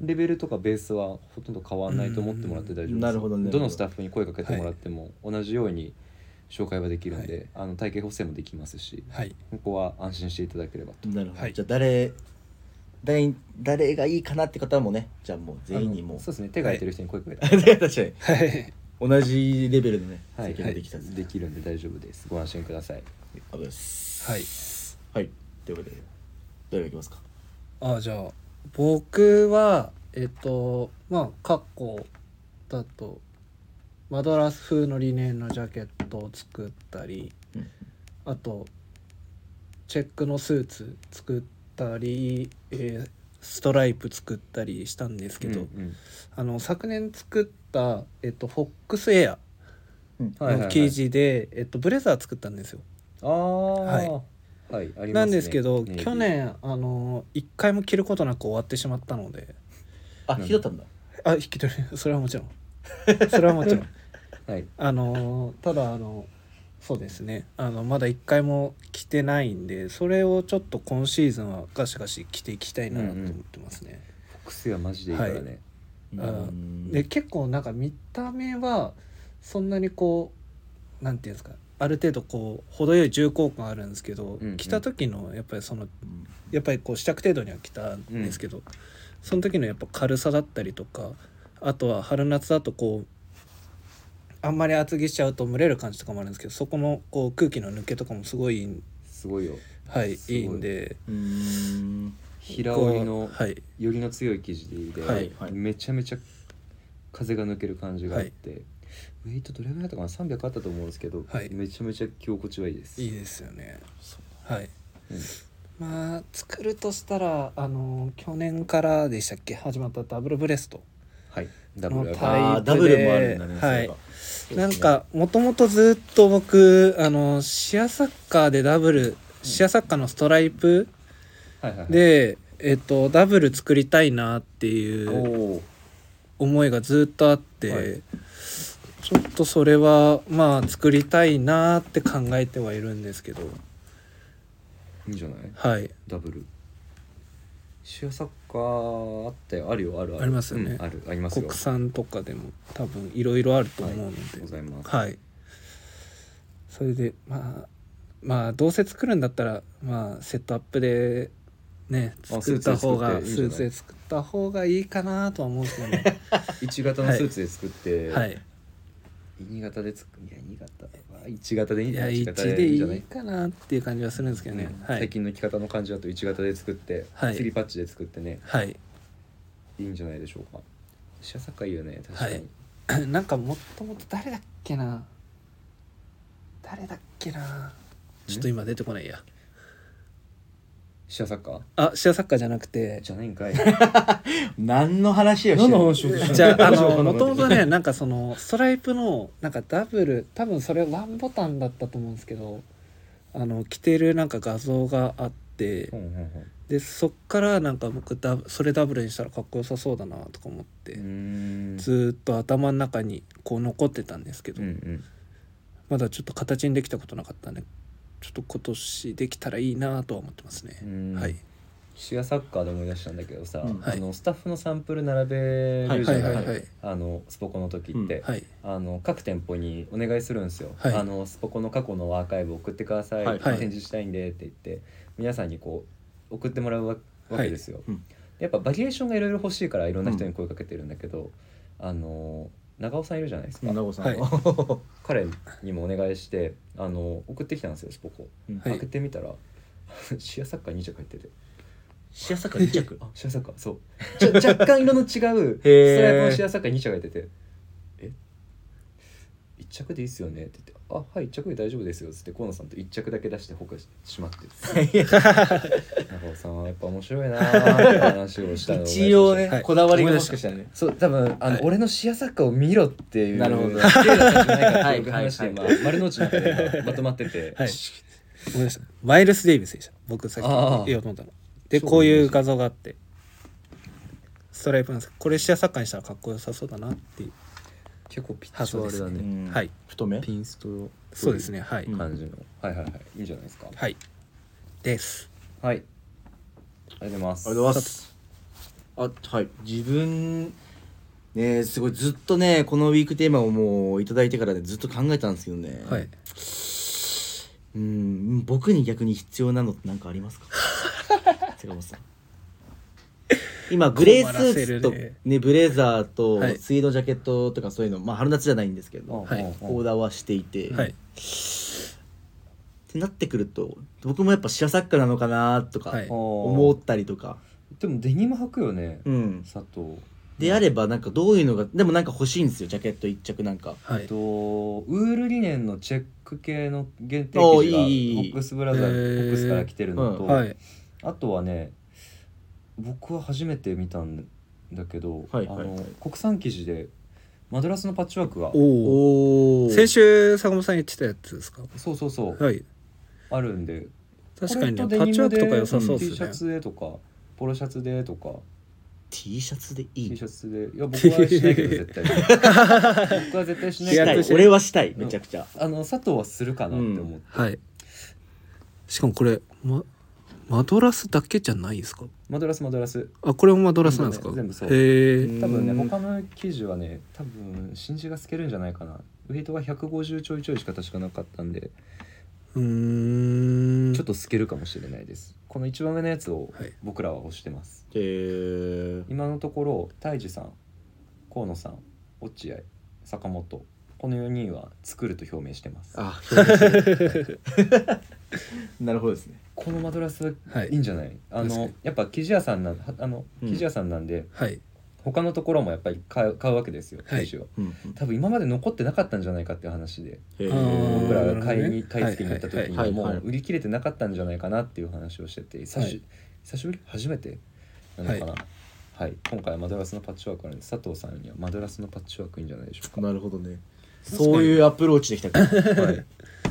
C: レベルとかベースはほとんど変わらないと思ってもらって大丈夫です、
A: うんなるほどね
C: どのスタッフに声かけてもらっても同じように紹介はできるんで、あの体型補正もできますし
B: はい
C: ここは安心していただければと
A: うんなるほど、
B: はい
A: じゃあ誰誰誰がいいかなって方もねじゃあもう全員にもう
C: あのそうですね手が空いてる人に声かけて、
A: *laughs* 確かに
B: はい *laughs*
A: 同じレベルのね
C: はい
A: 席ができたんで、
C: できるんで大丈夫ですご安心ください
A: ありがとうございますはいということで誰がいきますか
B: あじゃあ僕はえっとまあ括弧だとマドラス風のリネンのジャケットを作ったり
A: うん
B: あとチェックのスーツ作ったり、えーストライプ作ったりしたんですけど、
C: うん
B: あの昨年作った、えっと、フォックスエア
A: うん
C: はいはいは
B: の
C: い
B: 生地で、えっと、ブレザー作ったんですよ。
C: ああはいはいありますね
B: なんですけど、
C: ネイビー
B: 去年あの一回も着ることなく終わってしまったので
A: あ
C: うん
A: 引き取ったんだ
B: あ引き取り *laughs* それはもちろんそれはもちろん
C: はい
B: あのただあのそうですねあのまだ一回も着てないんでそれをちょっと今シーズンはガシガシ着ていきたいなと思ってますね。
C: 癖はマジでいいからね、
B: は
A: うん
B: あで結構なんか見た目はそんなにこうなんていうんですかある程度こう程よい重厚感あるんですけど、
C: うんうん
B: 着た時のやっぱりその
A: うん
B: やっぱりこう試着程度には来たんですけど、その時のやっぱ軽さだったりとかあとは春夏だとこうあんまり厚着しちゃうと蒸れる感じとかもあるんですけどそこのこう空気の抜けとかもすごいいい
C: すごいよ
B: はい
C: す
B: い
C: ごい
B: いんで
A: うん
C: 平織り
B: こ
C: の
B: うはい
C: よりの強い生地で、
B: はい
A: はい
C: めちゃめちゃ風が抜ける感じがあって、ウェイトどれぐらいだったかな300あったと思うんですけど、
B: はい
C: めちゃめちゃ着心地はいいです
B: いいですよね
A: そ
B: はい
C: うん
B: まあ作るとしたらあの去年からでしたっけ始まったダブルブレスト
C: はいダブル
B: タイ
C: ア
B: プで
A: あーダブルもあるんだね
B: はい
A: それが
B: なんかもともとずっと僕あのシアサッカーでダブルシアサッカーのストライプ
C: はいはいはい
B: で、えっと、ダブル作りたいなって
C: お
B: いう
C: お
B: 思いがずっとあって、
C: はい
B: ちょっとそれはまあ作りたいなって考えてはいるんですけど
C: いいんじゃない
B: はい
C: ダブルシアサッカーあったよあるよあるある
B: ありますよね
C: うんあるありますよ
B: 国産とかでも多分いろいろあると思うの
C: はい
B: で
C: ご、ざいます
B: はい、それでまあまあどうせ作るんだったらまあセットアップでね
C: あ
B: 作った方が
C: スーツで作って
B: ス
C: いいんじゃな
B: ーツで
C: い
B: 作った方がいいかなとは思うんですけど
C: *laughs*
B: ね
C: 一型のスーツで作って、
B: はい
C: 新潟で作いや新潟は一型でいいん
B: い
C: じ
B: や
C: ゃない
B: 一
C: 一型で
B: で
C: いいん
B: い
C: じゃない
B: いかなっていう感じはするんですけどね、
C: うん
B: は
C: 最
B: い
C: 近の着方の感じだと一型で作って、
B: はい
C: スリーパッチで作ってね
B: はい *coughs*
C: いいんじゃないでしょうかシャサカいいよね確かに、
B: はいなんかもっともっと誰だっけな誰だっけなちょっと今出てこないや
C: シャサカ
B: あシアサッカーじゃなく
C: *laughs*
B: て
C: じゃない
B: *laughs*
C: んかい
A: 何の話をしてる
C: をし
B: じゃああの
C: も
B: もともとねなんかそのストライプのなんかダブル多分それワンボタンだったと思うんですけどあの着てるなんか画像があって
C: うんうんうん
B: でそっからなんか僕ダブそれダブルにしたらかっこよさそうだなとか思っ
C: うー
B: て
C: ん
B: ずーっと頭の中にこう残ってたんですけ
C: う
B: ど
C: んうん
B: まだちょっと形にできたことなかったんでちょっと今年できたらいいなとは思ってます
C: う
B: ね、
C: ん
B: はい
C: シアサッカーで思い出したんだけどさ、
A: うん
B: はい
C: あのスタッフのサンプル並べるじ
B: は
C: ゃ
B: い
C: な、
B: はいいはい
C: あのスポコの時って、
A: うん
B: はい
C: あの各店舗にお願いするんですよ、
B: はい
C: あのスポコの過去のアーカイブ送ってください、
A: はい
C: 展示したいんでって言って皆さんにこう送ってもらうわわけですよ、
A: うん
C: やっぱバリエーションがいろいろ欲しいからいろんな人に声かけてるんだけど、あの長尾さんいるじゃないですか、
A: 名護さんは、
C: 彼にもお願いしてあの送ってきたんですよスポコ、
A: *laughs* *laughs* うん
B: はい
C: 開けてみたら *laughs* シアサッカー2着入ってて
A: シアサッカー2着
C: あシアサッカーそうちょ若干色の違うスト
A: へー
C: ライプのシアサッカー2着入っててえ一一着でいいっすよね」って言って「あはい一着で大丈夫ですよ」っつって河野さんと一着だけ出してほかしてしまって中尾さんはやっぱ面白いなーって話
A: *laughs*
C: をしたのを思い出しました
A: 一応ね、
B: はい
A: こだわりがもしかしたらね
C: そう多分あの、俺の視野サッカーを見ろっていう
A: なるほど
C: テーマなんじゃないかってよく
A: はい
C: 話して、
A: はい
C: ま
A: は
C: あ、丸の内の中でまとまってて、
B: はいごめんなさいマイルス・デイビスでした僕さっき
C: ああ
B: 言おうと思ったので
C: そう
B: こういう画像があってストライプなんですこれ視野サッカーにしたらかっこよさそうだなっていう
C: 結構ピッ
B: 発
C: チは
B: 想
C: あ
B: です
C: れだ
B: ね
C: ね、
A: うん
B: はい
A: 太め
D: ピンスト
B: そうですねはい、
A: うん
C: 感じの、はいはいはいいいじゃないですかはい、
B: はいです
C: ありがとうございます
A: ありがとうございます。あはい自分ねすごいずっとねこのウィークテーマをもういただいてからねずっと考えたんですけどね、
B: はい
A: うん僕に逆に必要なのって何かあり
B: *laughs*
A: ますか坂本さん今グレースーツと
B: 困らせ
A: ね
B: る
A: ブレザーと
B: はい
A: ツイードジャケットとかそういうの、まあ春夏じゃないんですけど、
C: はい
A: オーダーはしていて、
B: は
A: っ
B: い
A: てなってくると僕もやっぱシアサッカーなのかなとか
B: はい
A: 思
C: 思
A: ったりとか、
C: でもデニム履くよね、
A: うん
C: 佐藤
A: であればなんかどういうのがでもなんか欲しいんですよジャケット一着なんか
B: は
C: えっ
B: い
C: とウールリネンのチェック系の限定
A: おー
C: 生地がホ
A: いいいい
C: ックスブラザー、
B: へー
C: ホックスから来てるのと、
A: うん
B: はい
C: あとはね僕は初めて見たんだけど、
A: はいはいはい
C: あの国産生地でマドラスのパッチワークが
B: おお
A: おお
B: 先週坂本さん言ってたやつですか
C: そうそうそう、
B: はい
C: あるんで
B: 確かにね
C: こ
B: パ
C: れとデ
B: ッ
C: ニ
B: チワ
C: ム
B: ー
C: で
B: クとか良さそう
C: T
B: で
C: シ
B: す
C: ャ
B: ね
C: ツでとかポロシャツでとか
A: T シャツでい
C: T
A: い
C: シャツでいや僕はしないけど絶対僕は絶対しない
A: したい
C: け
B: し
C: ど
A: 俺はしたいめちゃくちゃ、
C: あの佐藤はするかなって思って、
B: はいしかもこれまマドラスだけじゃないですか
C: マドラスマドラス
B: あこれもマドラスなんですか
C: 全部そう
B: へえ
A: うん
C: 多分ね他の生地はね多分新地が透けるんじゃないかなウェイトが150ちょいちょいしか確かなかったんで
B: うーん
C: ちょっと透けるかもしれないですこの一番上のやつを
B: はい
C: 僕らは押してます、
A: えー、
C: 今のところ太一さん河野さん落合坂本この4人は作ると表明してます
A: あ、表現してるなるほどですね。
C: このマドラスは
B: はい
C: いいんじゃない、あ
B: 確か
C: の
B: に
C: やっぱ生地屋さんなんあの
A: うん
C: 生地屋さんなんで、
B: はい
C: 他のところもやっぱり買う買うわけですよ
B: はい
C: 生地を、
A: うん
C: 多分今まで残ってなかったんじゃないかっていう話で
A: へー
B: あー
C: 僕らが買い
B: なるほどね
C: に買い付けに行った時
A: はいはい
C: に
A: はい
C: も
A: はいはいう
C: 売り切れてなかったんじゃないかなっていう話をしてて久
B: は
C: し
B: い
C: 久しぶり初めてなのかなはい今回はマドラスのパッチワークあるんで佐藤さんにはマドラスのパッチワークいいんじゃないでしょう
A: なるほどね。
B: 確かに
A: そういうアプローチできたか。
C: かはい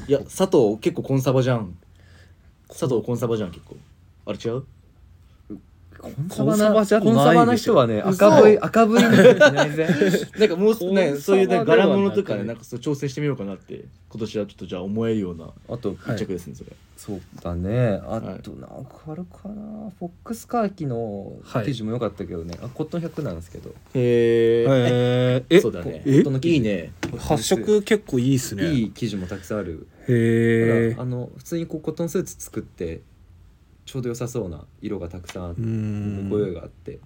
A: いや、佐藤結構コンサバじゃん。佐藤コンサバじゃん結構。あれ違う？
C: コ
B: コンサバじゃないでしょ
C: コンサバな人はね
A: 嘘
C: 赤 V 赤 V に出てきないぜ
A: なんかもうね、
B: コンサバではなく
A: そういうね柄物とかね、なんかそう挑戦してみようかなって今年はちょっとじゃあ思えるような
C: あと
A: 一着ですねそれ。
C: そうだねあ
A: はい
C: となんかあるかなフォックスカーキの生地も良かったけどねあコットン100なんですけど
A: へえ。
B: ええ
A: そうだね。
B: え
C: この生地
A: いいね。
B: 発色結構いいですね
C: いい生地もたくさんある
B: へえ
C: あの普通にこうコットンスーツ作ってちょうど良さそうな色がたくさんあっ
B: う
C: て、
B: ん
C: ご用意があって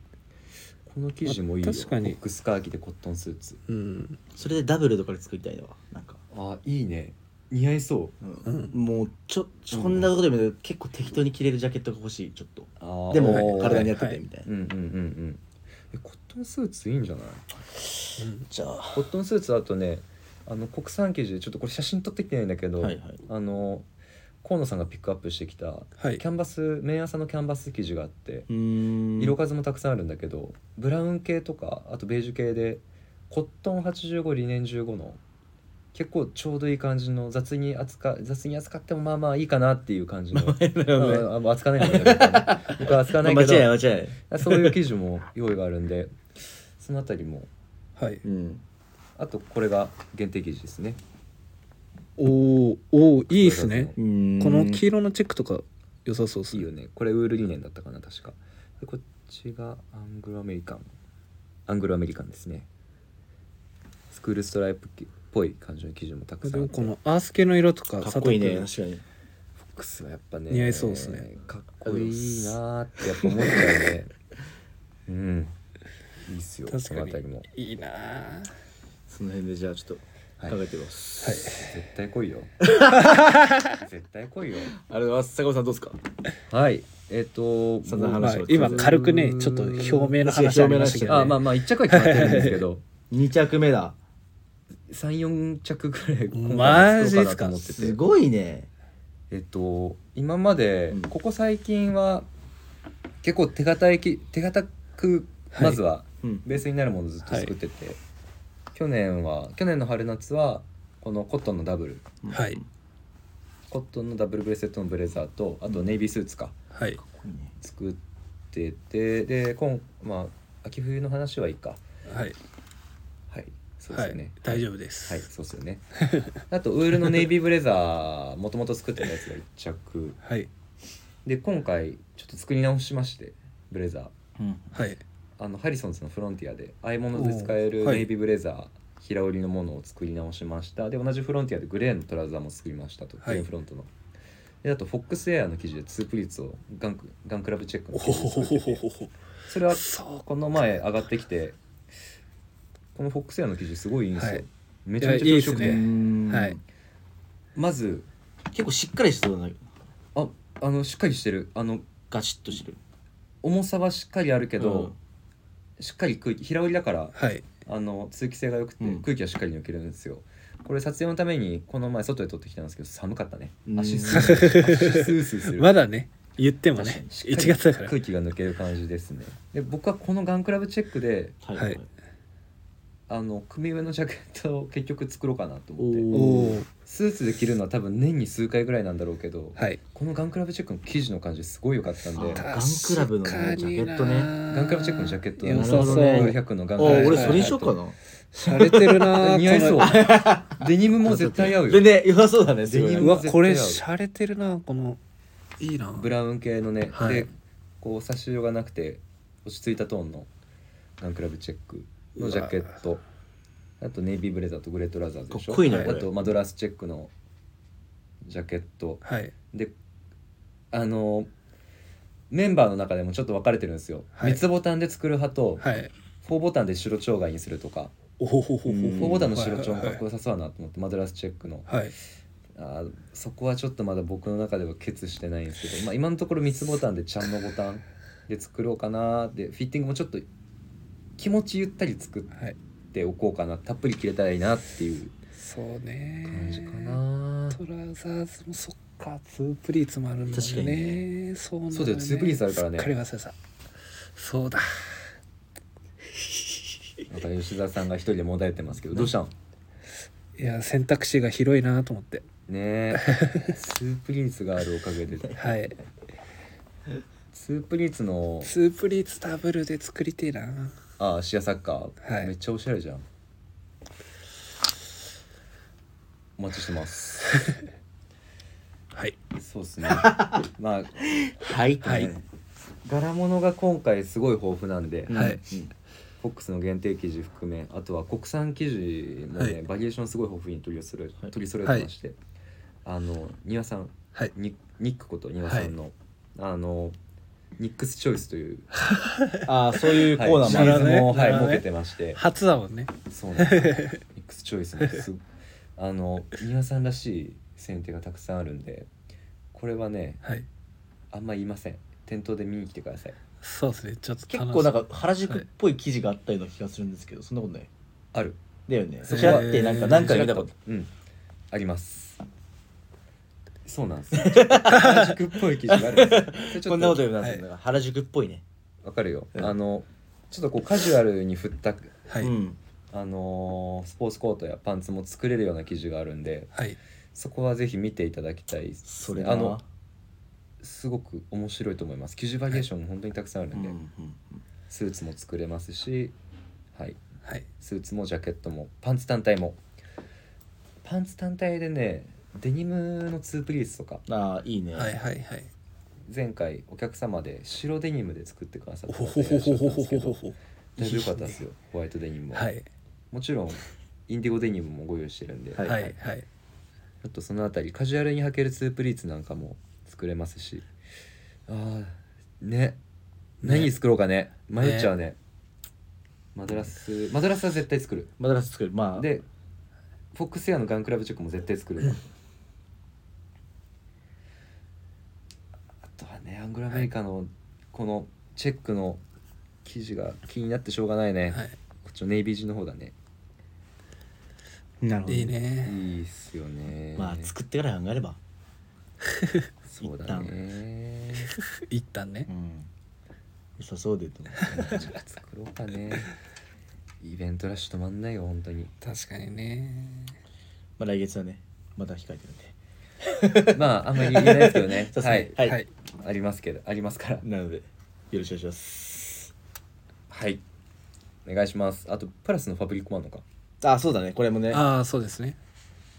C: この生地もいいよ
B: あ確かに
C: ボックスカーキでコットンスーツ
B: うん
A: それでダブルとかで作りたいのはなんか。
C: あいいね似合いそう
A: うんもうちょちょこんなことでも結構適当に着れるジャケットが欲しいちょっと。
C: あー
A: で
C: お
A: も
C: ー
A: 体に合っててみたいな
C: う。んうんうんうんえコットンスーツいいんじゃない
A: じゃあ、
C: コットンスーツだとねあの国産生地でちょっとこれ写真撮ってきてないんだけど、
A: はいはい
C: あの河野さんがピックアップしてきた
B: はい
C: キャンバス綿麻のキャンバス生地があって、
A: 色
C: 色数もたくさんあるんだけどブラウン系とかあとベージュ系でコットン85リネン15の結構ちょうどいい感じの雑に扱雑に扱ってもまあまあいいかなっていう感じのああ扱わないんだけど僕は扱わない
A: 間違
C: け
A: いない
C: ど
A: 間違いない、
C: そういう生地も用意があるんでそのあたりも
B: はい
A: うん、
C: あとこれが限定生地ですね
B: おーおーいいですね
A: こ
B: この
A: の
B: 黄色のチェックとか良さそうです
C: いい
B: ね
C: よねこれウールリネンだったかな確かでこっちがアングロアメリカンアングロアメリカンですねスクールストライプっぽい感じの生地もたくさ
B: で
C: んあっ
B: も
C: て
B: このアース系の色とか
A: かっこいいね
B: 佐藤
A: 確かに
C: フォックスはやっぱね
B: 似合いそうですね
C: かっこいいなーってやっぱ思っちゃうねうんいいっすよ
B: 確かに
C: この辺りも、
B: 君いいなあ
A: その辺でじゃあちょっ
C: は
A: と
C: い
A: 考えてみます、
B: はい
C: 絶対来い
B: *laughs*
C: よ絶対来いよ
A: あれは坂本さんどうですか
C: はいえっ、と
A: そんな
C: もう
A: 話を
B: 今軽くねちょっと表明の話ありましたけど、ね、
C: あまあまあ一着は決まってるんですけど
A: 2着目だ
C: 34着ぐらい今
B: マ
C: 回
B: ジ
C: 作
B: っ
C: ろう
B: す
C: か
B: か
C: なと思って
A: す
C: て
A: ごいね
C: えっと今まで
A: うん
C: ここ最近は結構手堅いき手堅く
B: はい
C: まずは
A: うん
C: ベースになるものをずっと作ってて、去年は去年の春夏はこのコットンのダブル
B: はい
C: コットンのダブルブレスレットのブレザーとあとネイビースーツか、
B: はい
C: 作っててで今まあ秋冬の話はいいか
B: はい
C: はいそうで
B: は
C: すよね
B: い、大丈夫です
C: はい、そうですよね。あと、ウールのネイビーブレザー、もともと作ってたやつが1着。
B: はい
C: で、今回、ちょっと作り直しまして、ブレザー。
A: うん
B: はい
C: あの、ハリソンズのフロンティアで、合い物で使え
B: お
C: る
B: ーはい
C: ネイビーブレザー、平織りのものを作り直しました。で、同じフロンティアでグレーのトラウザーも作りましたと、
B: はい
C: グレーフロントの。で、あと、フォックスエアの生地でツープリーツをガンクガンクラブチェックの生地で作っててそれは
B: そ
C: この前上がってきて、このフォックスエアの生地すごいいいんですよ。
B: はい
C: めちゃめちゃ調子よく
B: いやいいっす
C: て
B: ね。
A: ん
B: はい
C: まず、
A: 結構しっかりしてそうだな
C: ああのしっかりしてるあの
A: ガチッとしてる
C: 重さはしっかりあるけど、しっかり空気平織りだから
B: はい
C: あの通気性が良くて、
A: うん
C: 空気はしっかり抜けるんですよこれ撮影のためにこの前外で撮ってきたんですけど寒かったね
A: うん
C: 足スースー足スースーする
B: まだね言っても
A: 確か
B: ね
A: に
C: しっか
B: 1
C: り
B: 月だから
C: 空気が抜ける感じですねで僕はこのガンクラブチェックで
A: はい
B: はい
C: あの組上のジャケットを結局作ろうかなと思って
A: お
B: おおー
C: スーツで着るのは多分年に数回ぐらいなんだろうけど、
B: はい
C: このガンクラブチェックの生地の感じすごい良かったんで
A: あガンクラブのね
B: 確かにな
A: ジャケットね
C: ガンクラブチェックのジャケット
B: 良
A: なる
B: さそ
A: ほ
B: う
A: どね
C: 400のガン
A: お
C: クラ
A: ー
C: ブチェック
A: 俺それにしようかな
B: 洒落てる
C: *laughs*
B: なー
C: 似合いそう
B: この
C: デニムも絶対合うよ
A: 全然良さそうだねすごい
C: デニ
B: う
C: ム
B: わ
C: 絶対合う
B: これ洒落てるなこのいいな
C: ブラウン系のね、
B: はい
C: でこう差し色がなくて落ち着いたトーンのガンクラブチェックのジャケットあとネイビーブレザーとグレートラザーズでし
A: か
C: ょ
A: っこいい
B: ね
C: は
B: これ
C: あとマドラスチェックのジャケット
B: はい
C: であのメンバーの中でもちょっと分かれてるんですよ、
B: はい
C: 三つボタンで作る派と、
B: はい
C: フォーボタンで白蝶貝にするとか、
B: おほほほほ
A: う
B: ほ
A: ん
C: フォーボタンの白蝶
B: は
C: も
B: いは
C: か
B: い
C: っこよさそうだなと思って、マドラスチェックの
B: はいはい
C: あーそこはちょっとまだ僕の中では決してないんですけど、まあ、今のところ3つボタンでちゃんのボタンで作ろうかなでフィッティングもちょっと気持ちゆったり作っ
B: はい
C: ておこうかなたっぷり切れたらいいなっていう
B: そうね
C: 感じかな、
B: トラウザーズもそっかツープリーツもあるんだ
A: 確か
B: よ
A: に
B: ねそうなん
C: そうだよツープリーツあるからね
B: すっかり忘れてたそうだ
C: また吉田さんが一人でもだえてますけどどうしたん
B: いや選択肢が広いなと思って
C: ねえツープリーツがあるおかげで
B: はい
C: ツープリーツの
B: ツープリーツダブルで作りてえな
C: あーシアサッカー、
B: はい
C: めっちゃおしゃれじゃんお待ちしてます
B: はい
C: そうですねまあ
A: はい
B: はい
C: 柄物が今回すごい豊富なんで、
A: うん
B: は
A: う
B: い
A: ん
C: フォックスの限定生地含めあとは国産生地もね、
B: はい
C: バリエーションすごい豊富に取り揃え,、
A: はい
C: 取り揃えてまして、あの庭さん
B: はい
C: ニニックこと庭さんの、あのニックスチョイスという
A: ああそういうコーナ
C: シ
A: ーも
C: リ
A: あ
C: ー
A: る
C: ズ
B: なるほ
C: も、
B: どね
C: はい
B: なるほど
C: 設
B: ね
C: けてまして
B: 初だもんね
C: そうなんですよ
A: *laughs*
C: ニックスチョイスもすあの庭さんらしい選定がたくさんあるんでこれはね
B: はい
C: あんま言いません店頭で見に来てください
B: そうですねちょっと楽し
A: 結構なんか原宿っぽい記事があったような気がするんですけどそんなことない
C: ある
A: だよね
B: そ
A: そうちらってなんか何回か見たこと
C: うんありますそうなんですよ
A: *laughs*
C: ちょっと原宿っぽい記事があるんですよ
A: こんなこと
C: ち
A: 言
C: ょっ
A: うなんですよ原宿っぽいね
C: わかるよ、
A: うん
C: あのちょっとこうカジュアルに振った
B: はい、
A: うん
C: あのースポーツコートやパンツも作れるような記事があるんで
B: はい
C: そこはぜひ見ていただきたいですね
A: それ
C: あ
A: だな
C: のすごく面白いと思います生地バリエーションも本当にたくさんある
A: うんん
C: で、
A: うん
C: スーツも作れますしはい
B: はい
C: スーツもジャケットもパンツ単体もパンツ単体でねデニムのツープリースとか
A: ああいいね
B: はいはいはい
C: 前回お客様で白デニムで作ってくださ
B: お
C: った
B: ほ
C: 方
B: ほ
C: がいら
B: ほほほほ
C: っしゃったんですけ
B: ほほ
C: ど
B: ほ
C: だいぶ良かったですよホワイトデニムも、
B: はい
C: もちろんインディゴデニムもご用意してるんで、
A: は
B: はいいはいはい
C: ちょっとそのあたりカジュアルに履けるツープリーツなんかも作れますしあーね何作ろうかね迷っちゃうねマドラスマドラスは絶対作る
A: マドラス作るまあ
C: でフォックスエアのガンクラブチェックも絶対作るあとはねアングラメリカのこのチェックの生地が気になってしょうがないね、
B: はい
C: こっちのネイビー地の方だね
A: なるほど
B: いいね
C: いいっすよね
A: まあ作ってから考えれば、
C: そうだね
B: 一旦ね
A: うん、良さそうでと思
C: 作ろうかねイベントラッシュ止まんないよ本当に
B: 確かにね
A: うまあ来月はねまた控えてるんで
C: まああんまり言えないですけどね
A: *laughs* そうっす
C: は
A: ね
C: い
A: はい、
C: ありますけどありますから
A: なのでよろしくお願いします
C: はいお願いしますあとプラスのファブリックもあるのか
A: あそうだねこれもね
B: ああそうですね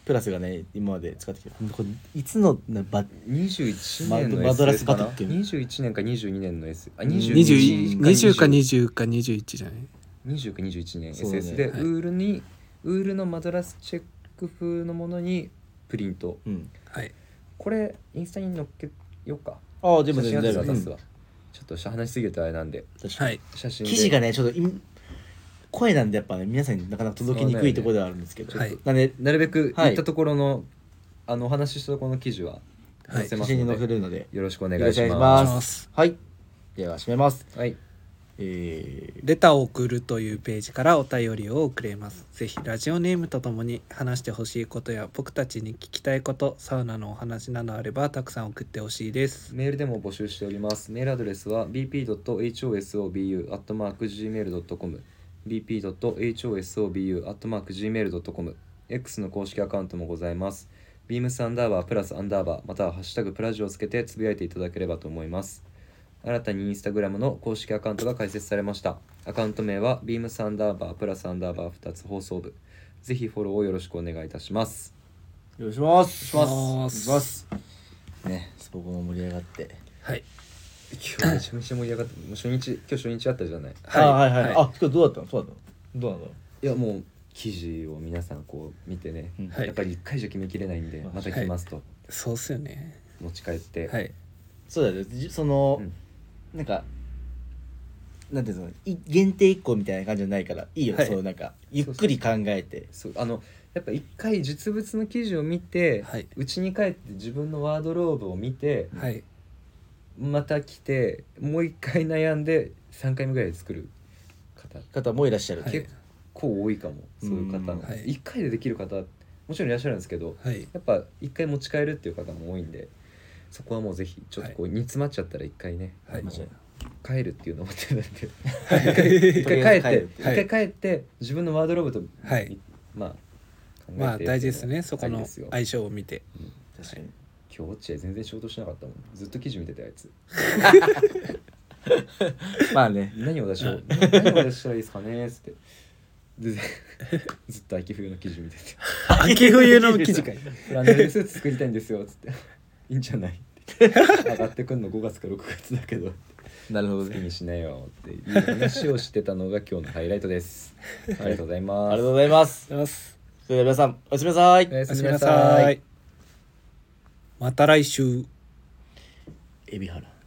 A: プラスがね今まで使ってきたこれいつのなば
C: 21
A: マ
C: 年の
A: マドラ
C: S
A: ス
C: か
A: バト
C: な
A: ルっていう
C: 21年か22年の S あ
A: 20
B: 20
C: 20
B: 20
C: か
B: か
C: 20
B: 20か21じゃない
C: 20か21年
A: そうだね
C: SS で、
B: はい
C: ウールにウールのマドラスチェック風のものにプリント
A: うん
B: はい
C: これインスタに載っけようか
A: ああで
C: 写
A: も
C: 真
A: 全
C: 後
A: 然
C: で
A: 大丈
C: 渡
A: 夫
C: すわ、ちょっとしゃ話しすぎるとあれなんで
A: 確か
B: は
A: に
B: い
C: 写真で
A: 記事がねちょっと今声なんでやっぱね皆さんになかなか届きにくいところではあるんですけど、
B: そうだよね
A: なんで
C: なるべく
A: はい
C: 言ったところの、あのお話ししたところの記事
B: は
C: は載
B: い
C: せ
A: 写
C: ます
A: 真に
C: ので、
A: 載せるので
C: よろしくお願いし
A: よろしくお願
C: ま
A: い
C: す
A: し
B: ます
A: はいでは締めます
C: はい
A: えー
B: レターを送るというページからお便りを送れます。ぜひラジオネームとともに話してほしいことや僕たちに聞きたいこと、サウナのお話などあればたくさん送ってほしいです。
C: メールでも募集しております。メールアドレスは bp.hosobu.gmail.com bp.hosobu.gmail.com X の公式アカウントもございます。ビームスアンダーバープラスアンダーバーまたはハッシュタグプラジオをつけてつぶやいていただければと思います。新たにインスタグラムの公式アカウントが開設されました。アカウント名はビームスアンダーバープラスアンダーバー2つ放送部。ぜひフォローをよろしくお願いいたします。
A: よろしくお願いします
B: お願いします
A: ねスポコンも盛り上がって、
B: はい。
C: 今日めちゃめちゃ盛り上がって、もう初日、今日初日あったじゃない。
A: あはいはい、
B: はい
A: あ今日どうだったのそうだったのどうなの
C: いやもう記事を皆さんこう見てね、
A: うん
B: はい
C: やっぱり一回じゃ決めきれないんで、
A: はい
C: また来ますと
B: そうっすよね。
C: 持ち帰って、
B: はい。
A: そうだよねじその、
C: うん
A: なんかなんていうのい限定1個みたいな感じじゃないからいいよ、
B: はい
A: そうなんかゆっくり考えて
C: そうあのやっぱ一回実物の記事を見て
B: はいう
C: ち、に帰って自分のワードローブを見て、
B: はい。
C: また来てもう一回悩んで3回目ぐらいで作る方
A: 方もいらっしゃる、
B: はい
C: 結構多いかもそういう方
A: うん
C: が
B: はい
C: 一回でできる方もちろんいらっしゃるんですけど
B: はい。
C: やっぱ一回持ち帰るっていう方も多いんでそこはもうぜひちょっとこう煮詰まっちゃったら一回ね、
B: はい
A: 間違いない
C: 帰るっていうのを持ってたんで
B: はい
C: 一回帰
A: とりあえ
C: って
A: ず帰る
C: 一
B: はい
C: 回帰って自分のワードローブと
B: はい
C: まあ考えて
B: まあ大事ですね。そこ
C: 大
B: の
C: 事ですよ今
B: 相性を見て。
A: 確かに
C: 日落合全然仕事しなかったもんずっと記事見ててあいつ
A: まあね
C: 何を出しよう何を出したらいいですかねっつってで *laughs* ずっと秋冬の記事見てて
B: 秋冬の記
A: *laughs*
B: 事かい。
C: フランネルスーツ作りたいんですよっつっていいんじゃないって上がってくんの5月か6月だけど
A: なるほど
C: 気にしないよっていう話をしてたのが今日のハイライトですありがとうござい
A: あり
C: ま
A: が
C: す
A: とうございます
B: よし。
A: それでは皆さんおやすみなさい
C: おや
B: おや
C: す
B: す
C: み
B: み
C: な
B: な
C: さ
B: さ
C: い
B: い。また来週。
A: 海老原